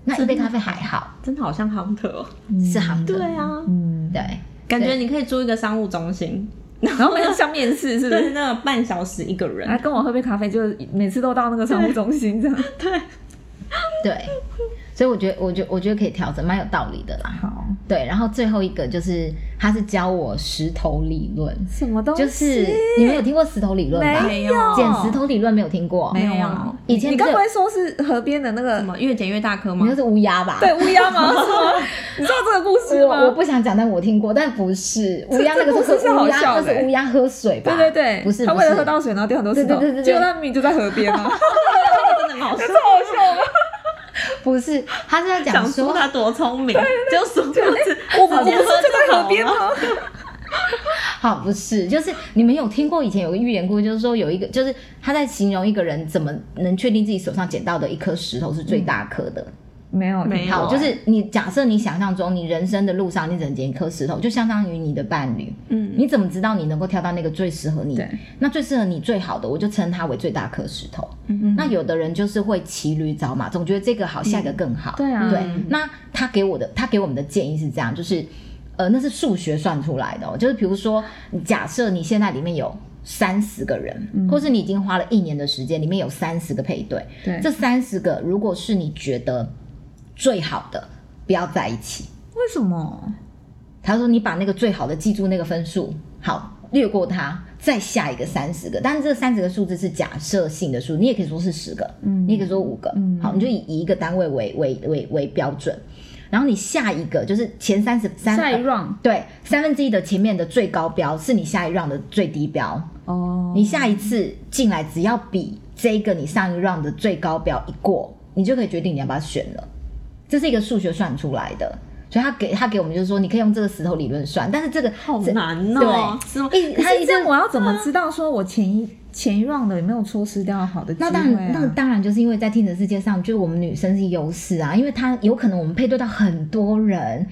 [SPEAKER 3] 那一杯咖啡还好，
[SPEAKER 2] 真的好像亨特哦。
[SPEAKER 3] 是行的，
[SPEAKER 2] 对啊，
[SPEAKER 1] 嗯，
[SPEAKER 3] 对
[SPEAKER 2] 感觉你可以租一个商务中心，
[SPEAKER 1] 然后没有像面试 是不
[SPEAKER 2] 对，
[SPEAKER 1] 是？
[SPEAKER 2] 那个半小时一个人
[SPEAKER 1] 来。跟我喝杯咖啡，就是每次都到那个商务中心 这样。
[SPEAKER 3] 对，所以我觉得我觉得我觉得可以调整，蛮有道理的啦。
[SPEAKER 1] 好，
[SPEAKER 3] 对，然后最后一个就是他是教我石头理论，
[SPEAKER 1] 什么东西？
[SPEAKER 3] 就是你们有听过石头理论吧？
[SPEAKER 1] 没有
[SPEAKER 3] 捡石头理论没有听过？
[SPEAKER 1] 没有
[SPEAKER 2] 没
[SPEAKER 1] 啊
[SPEAKER 2] 有？
[SPEAKER 3] 以前
[SPEAKER 1] 你
[SPEAKER 3] 不
[SPEAKER 1] 该
[SPEAKER 3] 是
[SPEAKER 1] 不会说是河边的那
[SPEAKER 2] 什
[SPEAKER 1] 个
[SPEAKER 2] 么越减越大颗吗
[SPEAKER 3] 你？那是乌鸦吧？
[SPEAKER 1] 对乌鸦 吗？是吗？你知道这个故事
[SPEAKER 3] 哎我我
[SPEAKER 1] 吗？
[SPEAKER 3] 不想讲，但我听过，但不是乌鸦那
[SPEAKER 1] 这
[SPEAKER 3] 个
[SPEAKER 1] 故事
[SPEAKER 3] 是
[SPEAKER 1] 是
[SPEAKER 3] 乌
[SPEAKER 1] 好
[SPEAKER 3] 鸦，
[SPEAKER 1] 笑
[SPEAKER 3] 那
[SPEAKER 1] 的欸
[SPEAKER 3] 是乌鸦喝水吧？
[SPEAKER 1] 对对对，
[SPEAKER 3] 不是
[SPEAKER 1] 他
[SPEAKER 3] 不
[SPEAKER 1] 为了
[SPEAKER 3] 是
[SPEAKER 1] 喝到水，然后丢很多石头，
[SPEAKER 3] 对对对对对
[SPEAKER 1] 结果他明明就在河边啊，
[SPEAKER 2] 真的蛮好笑，
[SPEAKER 3] 不是，他是在讲
[SPEAKER 2] 想说
[SPEAKER 3] 说，
[SPEAKER 2] 他多聪明，就殊不 知
[SPEAKER 1] 我们我们
[SPEAKER 2] 直接
[SPEAKER 1] 不是就
[SPEAKER 2] 喝
[SPEAKER 1] 在
[SPEAKER 2] 这
[SPEAKER 1] 河边啊
[SPEAKER 2] 口了
[SPEAKER 1] 吗？
[SPEAKER 3] 好不是，就是你们有听过以前有个寓言故事，就是说有一个，就是他在形容一个人怎么能确定自己手上捡到的一颗石头是最大颗的。
[SPEAKER 1] 没有
[SPEAKER 2] 没有
[SPEAKER 3] 好，
[SPEAKER 2] 啊
[SPEAKER 3] 就是你假设你想象中你人生的路上，你只能捡一颗石头，就相当于你的伴侣。
[SPEAKER 2] 嗯，
[SPEAKER 3] 你怎么知道你能够挑到那个最适合你
[SPEAKER 1] 对？
[SPEAKER 3] 那最适合你最好的，我就称它为最大颗石头。
[SPEAKER 1] 嗯
[SPEAKER 3] 那有的人就是会骑驴找马，总觉得这个好，下一个更好。
[SPEAKER 1] 对啊
[SPEAKER 3] 对
[SPEAKER 2] 嗯。
[SPEAKER 3] 那他给我的，他给我们的建议是这样，就是，呃，那是数学算出来的、哦，就是比如说，假设你现在里面有三十个人，
[SPEAKER 2] 嗯
[SPEAKER 3] 或是你已经花了一年的时间，里面有三十个配对，
[SPEAKER 1] 对
[SPEAKER 3] 这三十个如果是你觉得最好的，不要在一起。
[SPEAKER 1] 为什么？
[SPEAKER 3] 他说你把那个最好的记住那个分数，好略过它，再下一个三十个。但是这三十个数字是假设性的数，你也可以说是十个，嗯，你也可以说五个，嗯，好，你就以以一个单位为为为为标准，然后你下一个就是前三十三呃
[SPEAKER 1] 下一 round
[SPEAKER 3] 对三分之一的前面的最高标是你下一 round 的最低标，
[SPEAKER 1] 哦，
[SPEAKER 3] 你下一次进来只要比这个你上一 round 的最高标一过，你就可以决定你要不要选了。这是一个数学算出来的，所以他给他给我们就是说，你可以用这个石头理论算，但是这个
[SPEAKER 2] 好
[SPEAKER 3] 这
[SPEAKER 2] 难哦、是吗？
[SPEAKER 3] 对，一他
[SPEAKER 1] 啊可
[SPEAKER 3] 一
[SPEAKER 1] 是这样
[SPEAKER 3] 直。
[SPEAKER 1] 我要怎么知道说我前一前一 round 的有没有错失掉好的机会、
[SPEAKER 3] 那
[SPEAKER 1] 啊？
[SPEAKER 3] 当然，那当然就是因为在听诊世界上，就是我们女生是优势啊，因为她有可能我们配对到很多人，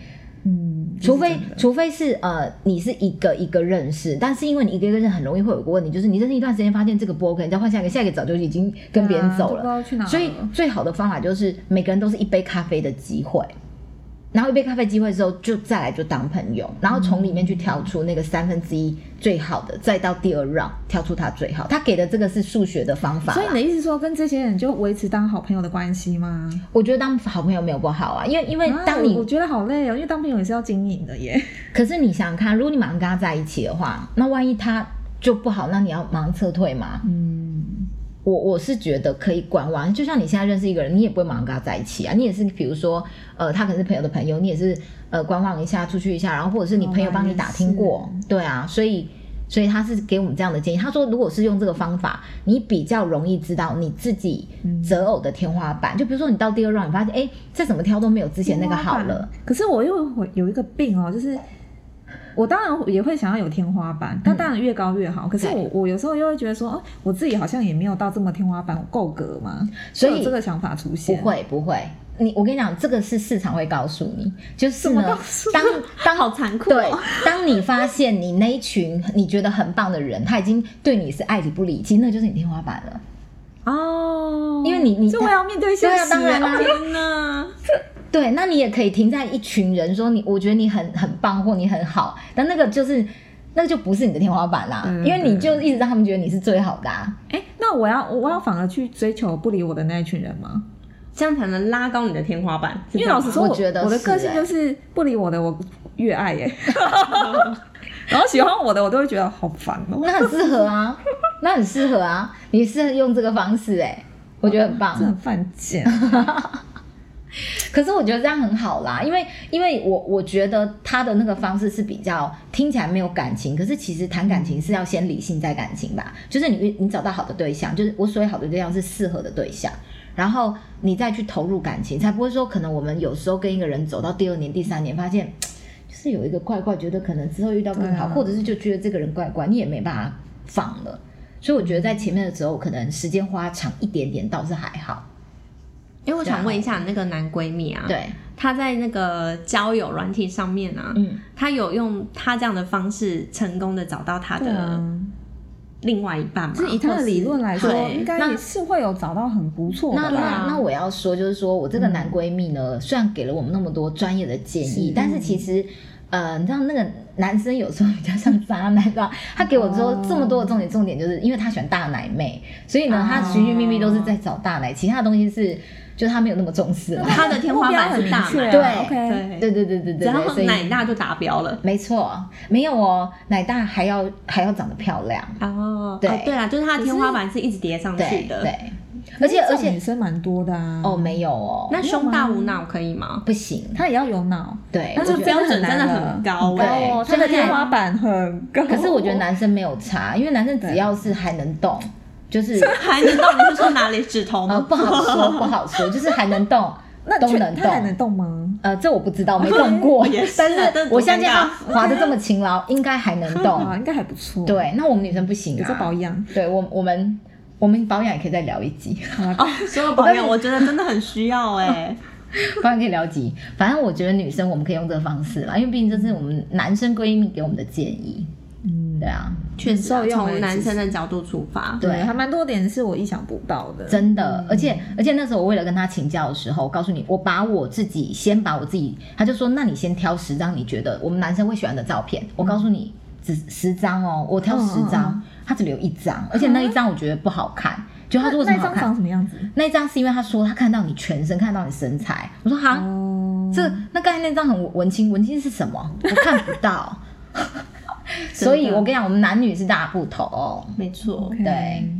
[SPEAKER 1] 嗯，
[SPEAKER 3] 除非
[SPEAKER 1] 这是真的
[SPEAKER 3] 除非是呃，你是一个一个认识，但是因为你一个一个认识，很容易会有一个问题，就是你认识一段时间发现这个不 OK，你再换下一个，下一个早就已经跟别人走
[SPEAKER 1] 对啊都不知
[SPEAKER 3] 了。
[SPEAKER 1] 道去哪了，
[SPEAKER 3] 所以最好的方法就是每个人都是一杯咖啡的机会，然后一杯咖啡机会之后，就再来就当朋友，然后从里面去挑出那个三分之一最好的，再到第二 round 挑出他最好。他给的这个是数学的方法啦，
[SPEAKER 1] 所以你的意思是说跟这些人就维持当好朋友的关系吗？
[SPEAKER 3] 我觉得当好朋友没有不好啊，因为因为
[SPEAKER 1] 啊
[SPEAKER 3] 当
[SPEAKER 1] 我我
[SPEAKER 3] 你
[SPEAKER 1] 觉得好累哦，因为当朋友也是要经营的耶。
[SPEAKER 3] 可是你想想看，如果你马上跟他在一起的话，那万一他就不好，那你要马上撤退吗？
[SPEAKER 1] 嗯，
[SPEAKER 3] 我我是觉得可以管完，就像你现在认识一个人，你也不会马上跟他在一起啊，你也是比如说，呃，他可能是朋友的朋友，你也是呃观望一下，出去一下，然后或者是你朋友帮你打听过
[SPEAKER 1] 哦，
[SPEAKER 3] 对啊，所以所以他是给我们这样的建议，他说如果是用这个方法，你比较容易知道你自己
[SPEAKER 1] 嗯
[SPEAKER 3] 择偶的天花板，就比如说你到第二 round，你发现哎，这怎么挑都没有之前那个好了，。
[SPEAKER 1] 可是我又会有一个病哦，就是我当然也会想要有天花板，但当然越高越好。可是我我有时候又会觉得说，哦，我自己好像也没有到这么天花板，我够格吗？
[SPEAKER 3] 所以
[SPEAKER 1] 会有这个想法出
[SPEAKER 3] 不
[SPEAKER 1] 现，
[SPEAKER 3] 会不会。你我跟你讲，这个是市场会告诉你，就是
[SPEAKER 1] 怎么
[SPEAKER 3] 呢
[SPEAKER 1] 告诉，
[SPEAKER 3] 当当
[SPEAKER 2] 好残酷、
[SPEAKER 3] 对
[SPEAKER 2] 哦，，
[SPEAKER 3] 当你发现你那一群你觉得很棒的人，他已经对你是爱理不理，其实那就是你天花板了。
[SPEAKER 1] 哦，
[SPEAKER 3] 因为你你
[SPEAKER 1] 所以我要面对现
[SPEAKER 3] 对啊
[SPEAKER 1] 实，
[SPEAKER 3] 当然啦
[SPEAKER 2] 天哪！
[SPEAKER 3] 对，那你也可以停在一群人说你，我觉得你很很棒或你很好，但那个就是那个就不是你的天花板啦，
[SPEAKER 1] 嗯
[SPEAKER 3] 因为你就一直让他们觉得你是最好的、啊。
[SPEAKER 1] 哎、那我要我要反而去追求不理我的那一群人吗？
[SPEAKER 2] 这样才能拉高你的天花板。是
[SPEAKER 1] 因为
[SPEAKER 2] 这
[SPEAKER 1] 老
[SPEAKER 2] 样吗
[SPEAKER 1] 实说，
[SPEAKER 3] 啊我
[SPEAKER 1] 我
[SPEAKER 3] 觉得
[SPEAKER 1] 我的
[SPEAKER 3] 是
[SPEAKER 1] 个性
[SPEAKER 3] 欸
[SPEAKER 1] 就是不理我的我越爱耶、 然后喜欢我的我都会觉得好烦哦、
[SPEAKER 2] 嗯
[SPEAKER 3] 那很适合啊，那很适合啊，你是用这个方式哎、我觉得很棒。
[SPEAKER 1] 这很犯 贱。
[SPEAKER 3] 可是我觉得这样很好啦，因为因为我我觉得他的那个方式是比较听起来没有感情，可是其实谈感情是要先理性再感情吧。就是你遇你找到好的对象，就是我所谓好的对象是适合的对象，然后你再去投入感情，才不会说可能我们有时候跟一个人走到第二年、第三年，发现就是有一个怪怪，觉得可能之后遇到更好，
[SPEAKER 1] 对啊
[SPEAKER 3] 或者是就觉得这个人怪怪，你也没办法放了。所以我觉得在前面的时候，可能时间花长一点点倒是还好。
[SPEAKER 2] 哎、我想问一下，你那个男闺蜜
[SPEAKER 1] 嗯
[SPEAKER 2] 啊，，
[SPEAKER 3] 对，
[SPEAKER 2] 他在那个交友软体上面啊，
[SPEAKER 3] 嗯，
[SPEAKER 2] 他有用他这样的方式成功的找到他
[SPEAKER 1] 对
[SPEAKER 2] 的
[SPEAKER 1] 啊，
[SPEAKER 2] 另外一半吗？
[SPEAKER 1] 就是以他
[SPEAKER 2] 或
[SPEAKER 1] 的
[SPEAKER 2] 是
[SPEAKER 1] 理论来说，
[SPEAKER 2] 对
[SPEAKER 1] 应该
[SPEAKER 3] 那
[SPEAKER 1] 也是会有找到很不错的啦。
[SPEAKER 3] 那
[SPEAKER 1] 嗯
[SPEAKER 3] 那
[SPEAKER 2] 啊
[SPEAKER 3] 那我要说，就是说我这个男闺蜜呢，虽然给了我们那么多专业的建议
[SPEAKER 1] 是，
[SPEAKER 3] 但是其实。呃，你知道那个男生有时候比较像渣男，吧？他给我说
[SPEAKER 1] 哦
[SPEAKER 3] 这么多的重点，重点就是因为他喜欢大奶妹，所以呢
[SPEAKER 2] 哦，
[SPEAKER 1] 啊
[SPEAKER 3] 他寻寻觅觅都是在找大奶，其他的东西是就他没有那么 重视啦。
[SPEAKER 2] 他的天花板是大
[SPEAKER 1] 目标很明确啊
[SPEAKER 2] 奶，
[SPEAKER 3] 对
[SPEAKER 1] ，OK，
[SPEAKER 2] 对
[SPEAKER 3] 对对对对对
[SPEAKER 2] 只要
[SPEAKER 3] 对，所以
[SPEAKER 2] 奶大就达标了。
[SPEAKER 3] 没错，没有哦，奶大还要还要长得漂亮，
[SPEAKER 2] 哦，
[SPEAKER 3] 对
[SPEAKER 2] 哦对啊，就是他的天花板是一直叠上
[SPEAKER 3] 对
[SPEAKER 2] 去的。
[SPEAKER 3] 对，而且
[SPEAKER 1] 可
[SPEAKER 3] 而
[SPEAKER 1] 是这种
[SPEAKER 3] 且
[SPEAKER 1] 女生蛮多的啊。
[SPEAKER 3] 哦，没有哦，
[SPEAKER 2] 那胸大无脑可以吗？
[SPEAKER 3] 不行，
[SPEAKER 1] 她也要有脑，
[SPEAKER 3] 对，
[SPEAKER 1] 但
[SPEAKER 3] 我
[SPEAKER 1] 是真
[SPEAKER 3] 觉得
[SPEAKER 2] 标
[SPEAKER 1] 的
[SPEAKER 2] 准
[SPEAKER 1] 很
[SPEAKER 2] 真
[SPEAKER 1] 难
[SPEAKER 2] 的
[SPEAKER 1] 了
[SPEAKER 2] 很高
[SPEAKER 3] 对
[SPEAKER 2] 哎、
[SPEAKER 1] 哦，她的
[SPEAKER 3] 真的
[SPEAKER 1] 天花板很高。，
[SPEAKER 3] 欸可是我觉得男生没有差，因为男生只要是还能动，就是
[SPEAKER 2] 还能到底是说哪里指头
[SPEAKER 3] 呃
[SPEAKER 2] 吗？
[SPEAKER 3] 不好说不好说，就是还能动
[SPEAKER 1] 那
[SPEAKER 3] 都
[SPEAKER 1] 确
[SPEAKER 3] 能
[SPEAKER 1] 她还能
[SPEAKER 3] 动。
[SPEAKER 1] 动吗？
[SPEAKER 3] 呃，这我不知道，没动过
[SPEAKER 2] 也，是啊
[SPEAKER 3] 但
[SPEAKER 2] 这
[SPEAKER 3] 是
[SPEAKER 2] 多
[SPEAKER 3] 我相信
[SPEAKER 2] 尴尬
[SPEAKER 3] 他滑的这么勤劳，应该还能
[SPEAKER 1] 啊，
[SPEAKER 3] 动。
[SPEAKER 1] 应该还不错。，
[SPEAKER 3] 对，那我们女生不行
[SPEAKER 1] 有在保
[SPEAKER 3] 啊。
[SPEAKER 1] 养。
[SPEAKER 3] 对我我们我们保养也可以再聊一集，
[SPEAKER 2] 哦，所有朋友，我觉得真的很需要哎、
[SPEAKER 3] 保养可以聊一集。反正我觉得女生我们可以用这个方式啦，因为毕竟这是我们男生闺蜜给我们的建议。
[SPEAKER 1] 嗯，
[SPEAKER 3] 对啊，
[SPEAKER 2] 确实啊、
[SPEAKER 1] 受用欸
[SPEAKER 2] 从男生的角度出发，
[SPEAKER 3] 对
[SPEAKER 1] 对，啊还蛮多点是我意想不到的。
[SPEAKER 3] 真
[SPEAKER 1] 嗯
[SPEAKER 3] 的，而且而且那时候我为了跟他请教的时候，我告诉你，我把我自己先把我自己，他就说，那你先挑十张你觉得我们男生会喜欢的照片，我告诉你。只十张哦，我挑十
[SPEAKER 1] 嗯嗯
[SPEAKER 3] 张，他只留一张，而且那一张我觉得不好看，就他说为什
[SPEAKER 1] 那一
[SPEAKER 3] 么好
[SPEAKER 1] 张
[SPEAKER 3] 看
[SPEAKER 1] 长？什么样子？
[SPEAKER 3] 那一张是因为他说他看到你全身，看到你身材。我说哈，
[SPEAKER 1] 哦
[SPEAKER 3] 这那刚才那张很文青，文青是什么？我看不 到。所以我跟你讲，我们男女是大不同、
[SPEAKER 2] 没错，
[SPEAKER 1] OK
[SPEAKER 3] 对。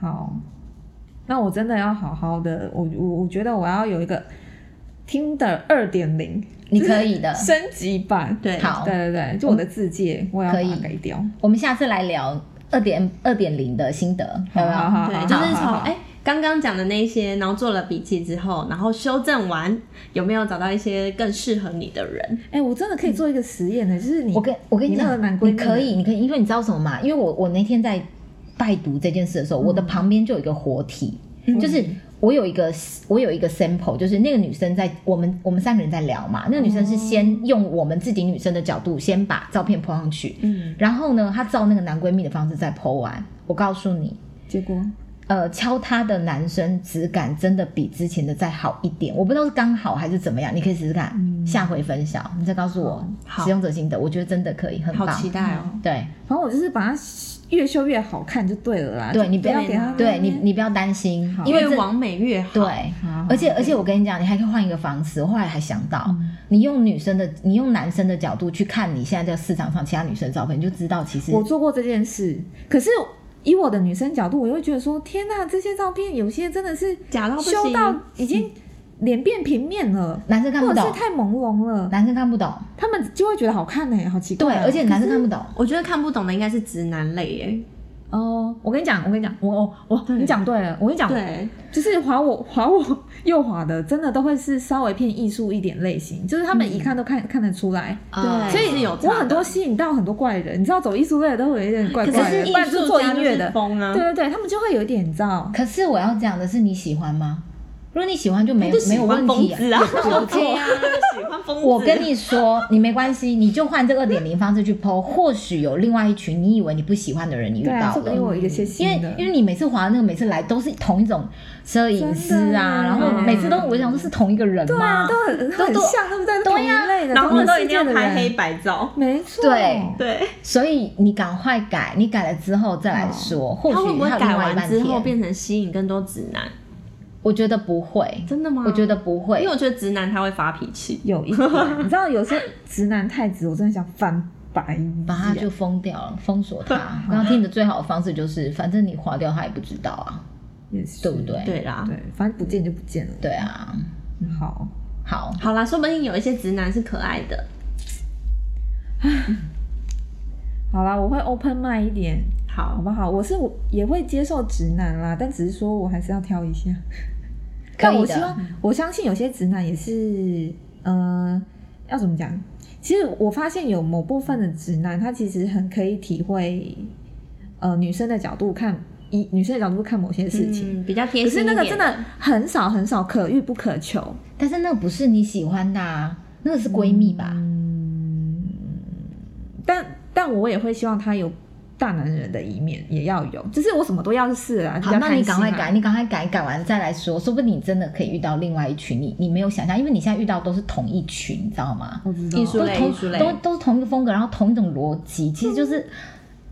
[SPEAKER 1] 好，那我真的要好好的，我我我觉得我要有一个听的二点零
[SPEAKER 3] 你可以的。
[SPEAKER 1] 升级版。
[SPEAKER 2] 对，
[SPEAKER 3] 好
[SPEAKER 1] 对，对对，就我的字界，我也要把
[SPEAKER 3] 可以
[SPEAKER 1] 它改掉。
[SPEAKER 3] 我们下次来聊二点二点零的心得，有没有？
[SPEAKER 1] 好好
[SPEAKER 2] 对，就是
[SPEAKER 1] 好
[SPEAKER 2] 从
[SPEAKER 1] 好好
[SPEAKER 2] 哎刚刚讲的那一些，然后做了笔记之后，然后修正完，有没有找到一些更适合你的人？
[SPEAKER 1] 哎、我真的可以做一个实验的，就是你，
[SPEAKER 3] 我跟我跟
[SPEAKER 1] 你
[SPEAKER 3] 你
[SPEAKER 1] 那个
[SPEAKER 3] 讲
[SPEAKER 1] 男，闺蜜
[SPEAKER 3] 你可以，你可以，因为你知道什么吗？因为我我那天在拜读这件事的时
[SPEAKER 1] 嗯
[SPEAKER 3] 候，我的旁边就有一个活体，就是我有一个我有一个 sample，就是那个女生在我们我们三个人在聊嘛，那个女生
[SPEAKER 1] 哦
[SPEAKER 3] 是先用我们自己女生的角度先把照片 po 上去，
[SPEAKER 1] 嗯，
[SPEAKER 3] 然后呢，她照那个男闺蜜的方式再 po 完。我告诉你，
[SPEAKER 1] 结果
[SPEAKER 3] 呃，敲她的男生质感真的比之前的再好一点，我不知道是刚好还是怎么样，你可以试试看，
[SPEAKER 1] 嗯
[SPEAKER 3] 下回分享，你再告诉我
[SPEAKER 2] 好
[SPEAKER 3] 使用者心得，我觉得真的可以，很
[SPEAKER 2] 好
[SPEAKER 3] 棒，
[SPEAKER 2] 期待哦！
[SPEAKER 3] 对
[SPEAKER 1] 反正我就是把它越修越好看就对了啦。
[SPEAKER 3] 对，你
[SPEAKER 1] 就
[SPEAKER 3] 不
[SPEAKER 1] 不
[SPEAKER 3] 要
[SPEAKER 1] 要给他
[SPEAKER 3] 对你你不要担心，因为
[SPEAKER 2] 越
[SPEAKER 3] 这
[SPEAKER 2] 完美越好。
[SPEAKER 3] 对
[SPEAKER 1] 好，嗯
[SPEAKER 3] 而且而且我跟你讲，你还可以换一个方式。我后来还想到，你用女生的，你用男生的角度去看你现在这个市场上其他女生的照片，你就知道其实
[SPEAKER 1] 我做过这件事，可是以我的女生角度，我又会觉得说，天呐，这些照片有些真的是
[SPEAKER 2] 假到不行
[SPEAKER 1] 修到已经脸变平面了，
[SPEAKER 3] 男生看
[SPEAKER 1] 或
[SPEAKER 3] 不
[SPEAKER 1] 者是
[SPEAKER 3] 懂，
[SPEAKER 1] 太朦胧了，
[SPEAKER 3] 男生看不懂，
[SPEAKER 1] 他们就会觉得好看呢、好奇怪哦、，
[SPEAKER 3] 对而且男生看不懂，
[SPEAKER 2] 我觉得看不懂的应该是直男类耶。
[SPEAKER 1] 哦，我跟你讲，我跟你讲，我我我，
[SPEAKER 2] 对
[SPEAKER 1] 你讲对了，我跟你讲，
[SPEAKER 2] 对，
[SPEAKER 1] 就是划我 划我右滑的，真的都会是稍微偏艺术一点类型，就是他们一看都看、看得出来。
[SPEAKER 3] 啊
[SPEAKER 2] 对
[SPEAKER 1] 所
[SPEAKER 2] 嗯是
[SPEAKER 1] 以
[SPEAKER 2] 有差的
[SPEAKER 1] 我很多吸引到很多怪人，你知道走艺术类的都会有一点怪
[SPEAKER 2] 可
[SPEAKER 1] 怪
[SPEAKER 2] 是
[SPEAKER 1] 的，
[SPEAKER 2] 艺
[SPEAKER 1] 不然就
[SPEAKER 2] 术
[SPEAKER 1] 是做
[SPEAKER 2] 家
[SPEAKER 1] 音乐
[SPEAKER 2] 就是
[SPEAKER 1] 的，
[SPEAKER 2] 风啊
[SPEAKER 1] 对，对对，他们就会有一点你知道，
[SPEAKER 3] 可是我要讲的是，你喜欢吗？如果你喜欢就没
[SPEAKER 2] 他
[SPEAKER 3] 有
[SPEAKER 2] 就喜
[SPEAKER 3] 没有
[SPEAKER 2] 欢
[SPEAKER 3] 问
[SPEAKER 2] 疯
[SPEAKER 3] 题
[SPEAKER 2] 子啊，
[SPEAKER 3] 对 不
[SPEAKER 2] 对
[SPEAKER 3] 错
[SPEAKER 2] 啊，他就喜欢疯子。
[SPEAKER 3] 我跟你说，你没关系，你就换这二点零方式去剖，或许有另外一群你以为你不喜欢的人，你遇
[SPEAKER 1] 对啊，
[SPEAKER 3] 到
[SPEAKER 1] 说不定
[SPEAKER 3] 了。
[SPEAKER 1] 我有一
[SPEAKER 2] 嗯
[SPEAKER 1] 些
[SPEAKER 3] 因为
[SPEAKER 1] 新的
[SPEAKER 3] 因。为你每次滑那个，每次来都是同一种摄影师啊，
[SPEAKER 1] 真的
[SPEAKER 3] 然后每次都我想说是同一个人
[SPEAKER 1] 对啊，
[SPEAKER 3] 吗？
[SPEAKER 1] 都很
[SPEAKER 3] 都
[SPEAKER 1] 很
[SPEAKER 3] 都
[SPEAKER 1] 像，对不对？都同一类的，
[SPEAKER 2] 然后我
[SPEAKER 1] 同
[SPEAKER 2] 们都
[SPEAKER 1] 世
[SPEAKER 2] 一定
[SPEAKER 1] 界
[SPEAKER 2] 要
[SPEAKER 1] 的
[SPEAKER 2] 拍
[SPEAKER 1] 人
[SPEAKER 2] 黑，白照。
[SPEAKER 1] 没错，
[SPEAKER 3] 对
[SPEAKER 2] 对，
[SPEAKER 3] 所以你赶快改，你改了之后再来说，或
[SPEAKER 2] 哦他会
[SPEAKER 3] 许
[SPEAKER 2] 不
[SPEAKER 3] 还
[SPEAKER 2] 会
[SPEAKER 3] 有
[SPEAKER 2] 改
[SPEAKER 3] 另外一
[SPEAKER 2] 完
[SPEAKER 3] 半
[SPEAKER 2] 之后
[SPEAKER 3] 天。
[SPEAKER 2] 变成吸引更多直男？
[SPEAKER 3] 我觉得不会，
[SPEAKER 2] 真的吗？
[SPEAKER 3] 我觉，得不
[SPEAKER 2] 因为
[SPEAKER 3] 会。
[SPEAKER 2] 我觉得直男他会发脾气。
[SPEAKER 1] 有一点， 你知道，有时候直男太直，我真的想翻白眼。
[SPEAKER 3] 把他就封掉了，封锁他。然后听的最好的方式就是，反正你划掉他也不知道啊，
[SPEAKER 1] 也是
[SPEAKER 3] 对不对？
[SPEAKER 2] 对啦，
[SPEAKER 1] 对，反正不见就不见了。
[SPEAKER 3] 对啊，
[SPEAKER 1] 好，
[SPEAKER 3] 好，
[SPEAKER 2] 好啦，说不定有一些直男是可爱的。
[SPEAKER 1] 好啦，我会 open mind 一点，好
[SPEAKER 2] 好，
[SPEAKER 1] 不好？我是我也会接受直男啦，但只是说我还是要挑一下。
[SPEAKER 3] 可
[SPEAKER 1] 但我
[SPEAKER 3] 以
[SPEAKER 1] 希
[SPEAKER 3] 的
[SPEAKER 1] 望，，我相信有些直男也是，呃，要怎么讲？其实我发现有某部分的直男，他其实很可以体会，呃，女生的角度看，以女生的角度看某些事情。
[SPEAKER 2] 嗯，比较贴
[SPEAKER 1] 可
[SPEAKER 2] 心
[SPEAKER 1] 是
[SPEAKER 2] 一点。
[SPEAKER 1] 那个真的很少很少，可遇不可求。
[SPEAKER 3] 但是那个不是你喜欢的，啊，那个是闺蜜吧？
[SPEAKER 1] 但但我也会希望他有大男人的一面，也要有，就是我什么都要试啊，比
[SPEAKER 3] 好，
[SPEAKER 1] 较
[SPEAKER 3] 那
[SPEAKER 1] 贪
[SPEAKER 3] 你
[SPEAKER 1] 心
[SPEAKER 3] 赶
[SPEAKER 1] 啊
[SPEAKER 3] 快改，你赶快改，改完再来说，说不定你真的可以遇到另外一群你你没有想象，因为你现在遇到都是同一群，你知道吗？
[SPEAKER 1] 我知
[SPEAKER 2] 艺术
[SPEAKER 3] 都
[SPEAKER 2] 类
[SPEAKER 3] 同
[SPEAKER 2] 艺术类
[SPEAKER 3] 都都是同一个风格，然后同一种逻辑，其实就是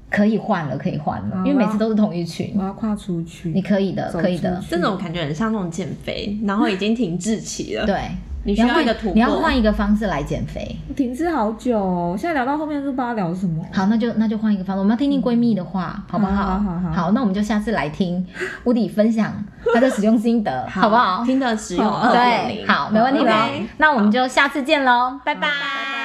[SPEAKER 3] 可以换了，可以换了，
[SPEAKER 1] 好
[SPEAKER 3] 因为每
[SPEAKER 1] 啊
[SPEAKER 3] 次都是同一群
[SPEAKER 1] 我，要跨出去。
[SPEAKER 3] 你可以的，
[SPEAKER 1] 走
[SPEAKER 3] 呃可以
[SPEAKER 1] 出
[SPEAKER 3] 的
[SPEAKER 1] 去，
[SPEAKER 2] 这种感觉很像那种减肥，然后已经停滞期了。，
[SPEAKER 3] 对。
[SPEAKER 2] 你需
[SPEAKER 3] 要
[SPEAKER 2] 要一
[SPEAKER 3] 换
[SPEAKER 2] 个突破。
[SPEAKER 3] 你要换一个方式来减肥。
[SPEAKER 1] 停滞好久、哦，现在聊到后面都不知道聊什么。
[SPEAKER 3] 好，那就那就换一个方式，我们要听听闺蜜的话，好不好？
[SPEAKER 1] 好好好
[SPEAKER 3] 那我们就下次来听屋底分享她的使用心得，好不好？
[SPEAKER 2] 听的使用
[SPEAKER 1] 哦好
[SPEAKER 2] 二点
[SPEAKER 3] 对，
[SPEAKER 2] 零，
[SPEAKER 3] 好，没问题喽
[SPEAKER 2] OK。
[SPEAKER 3] 那我们就下次见喽，拜拜。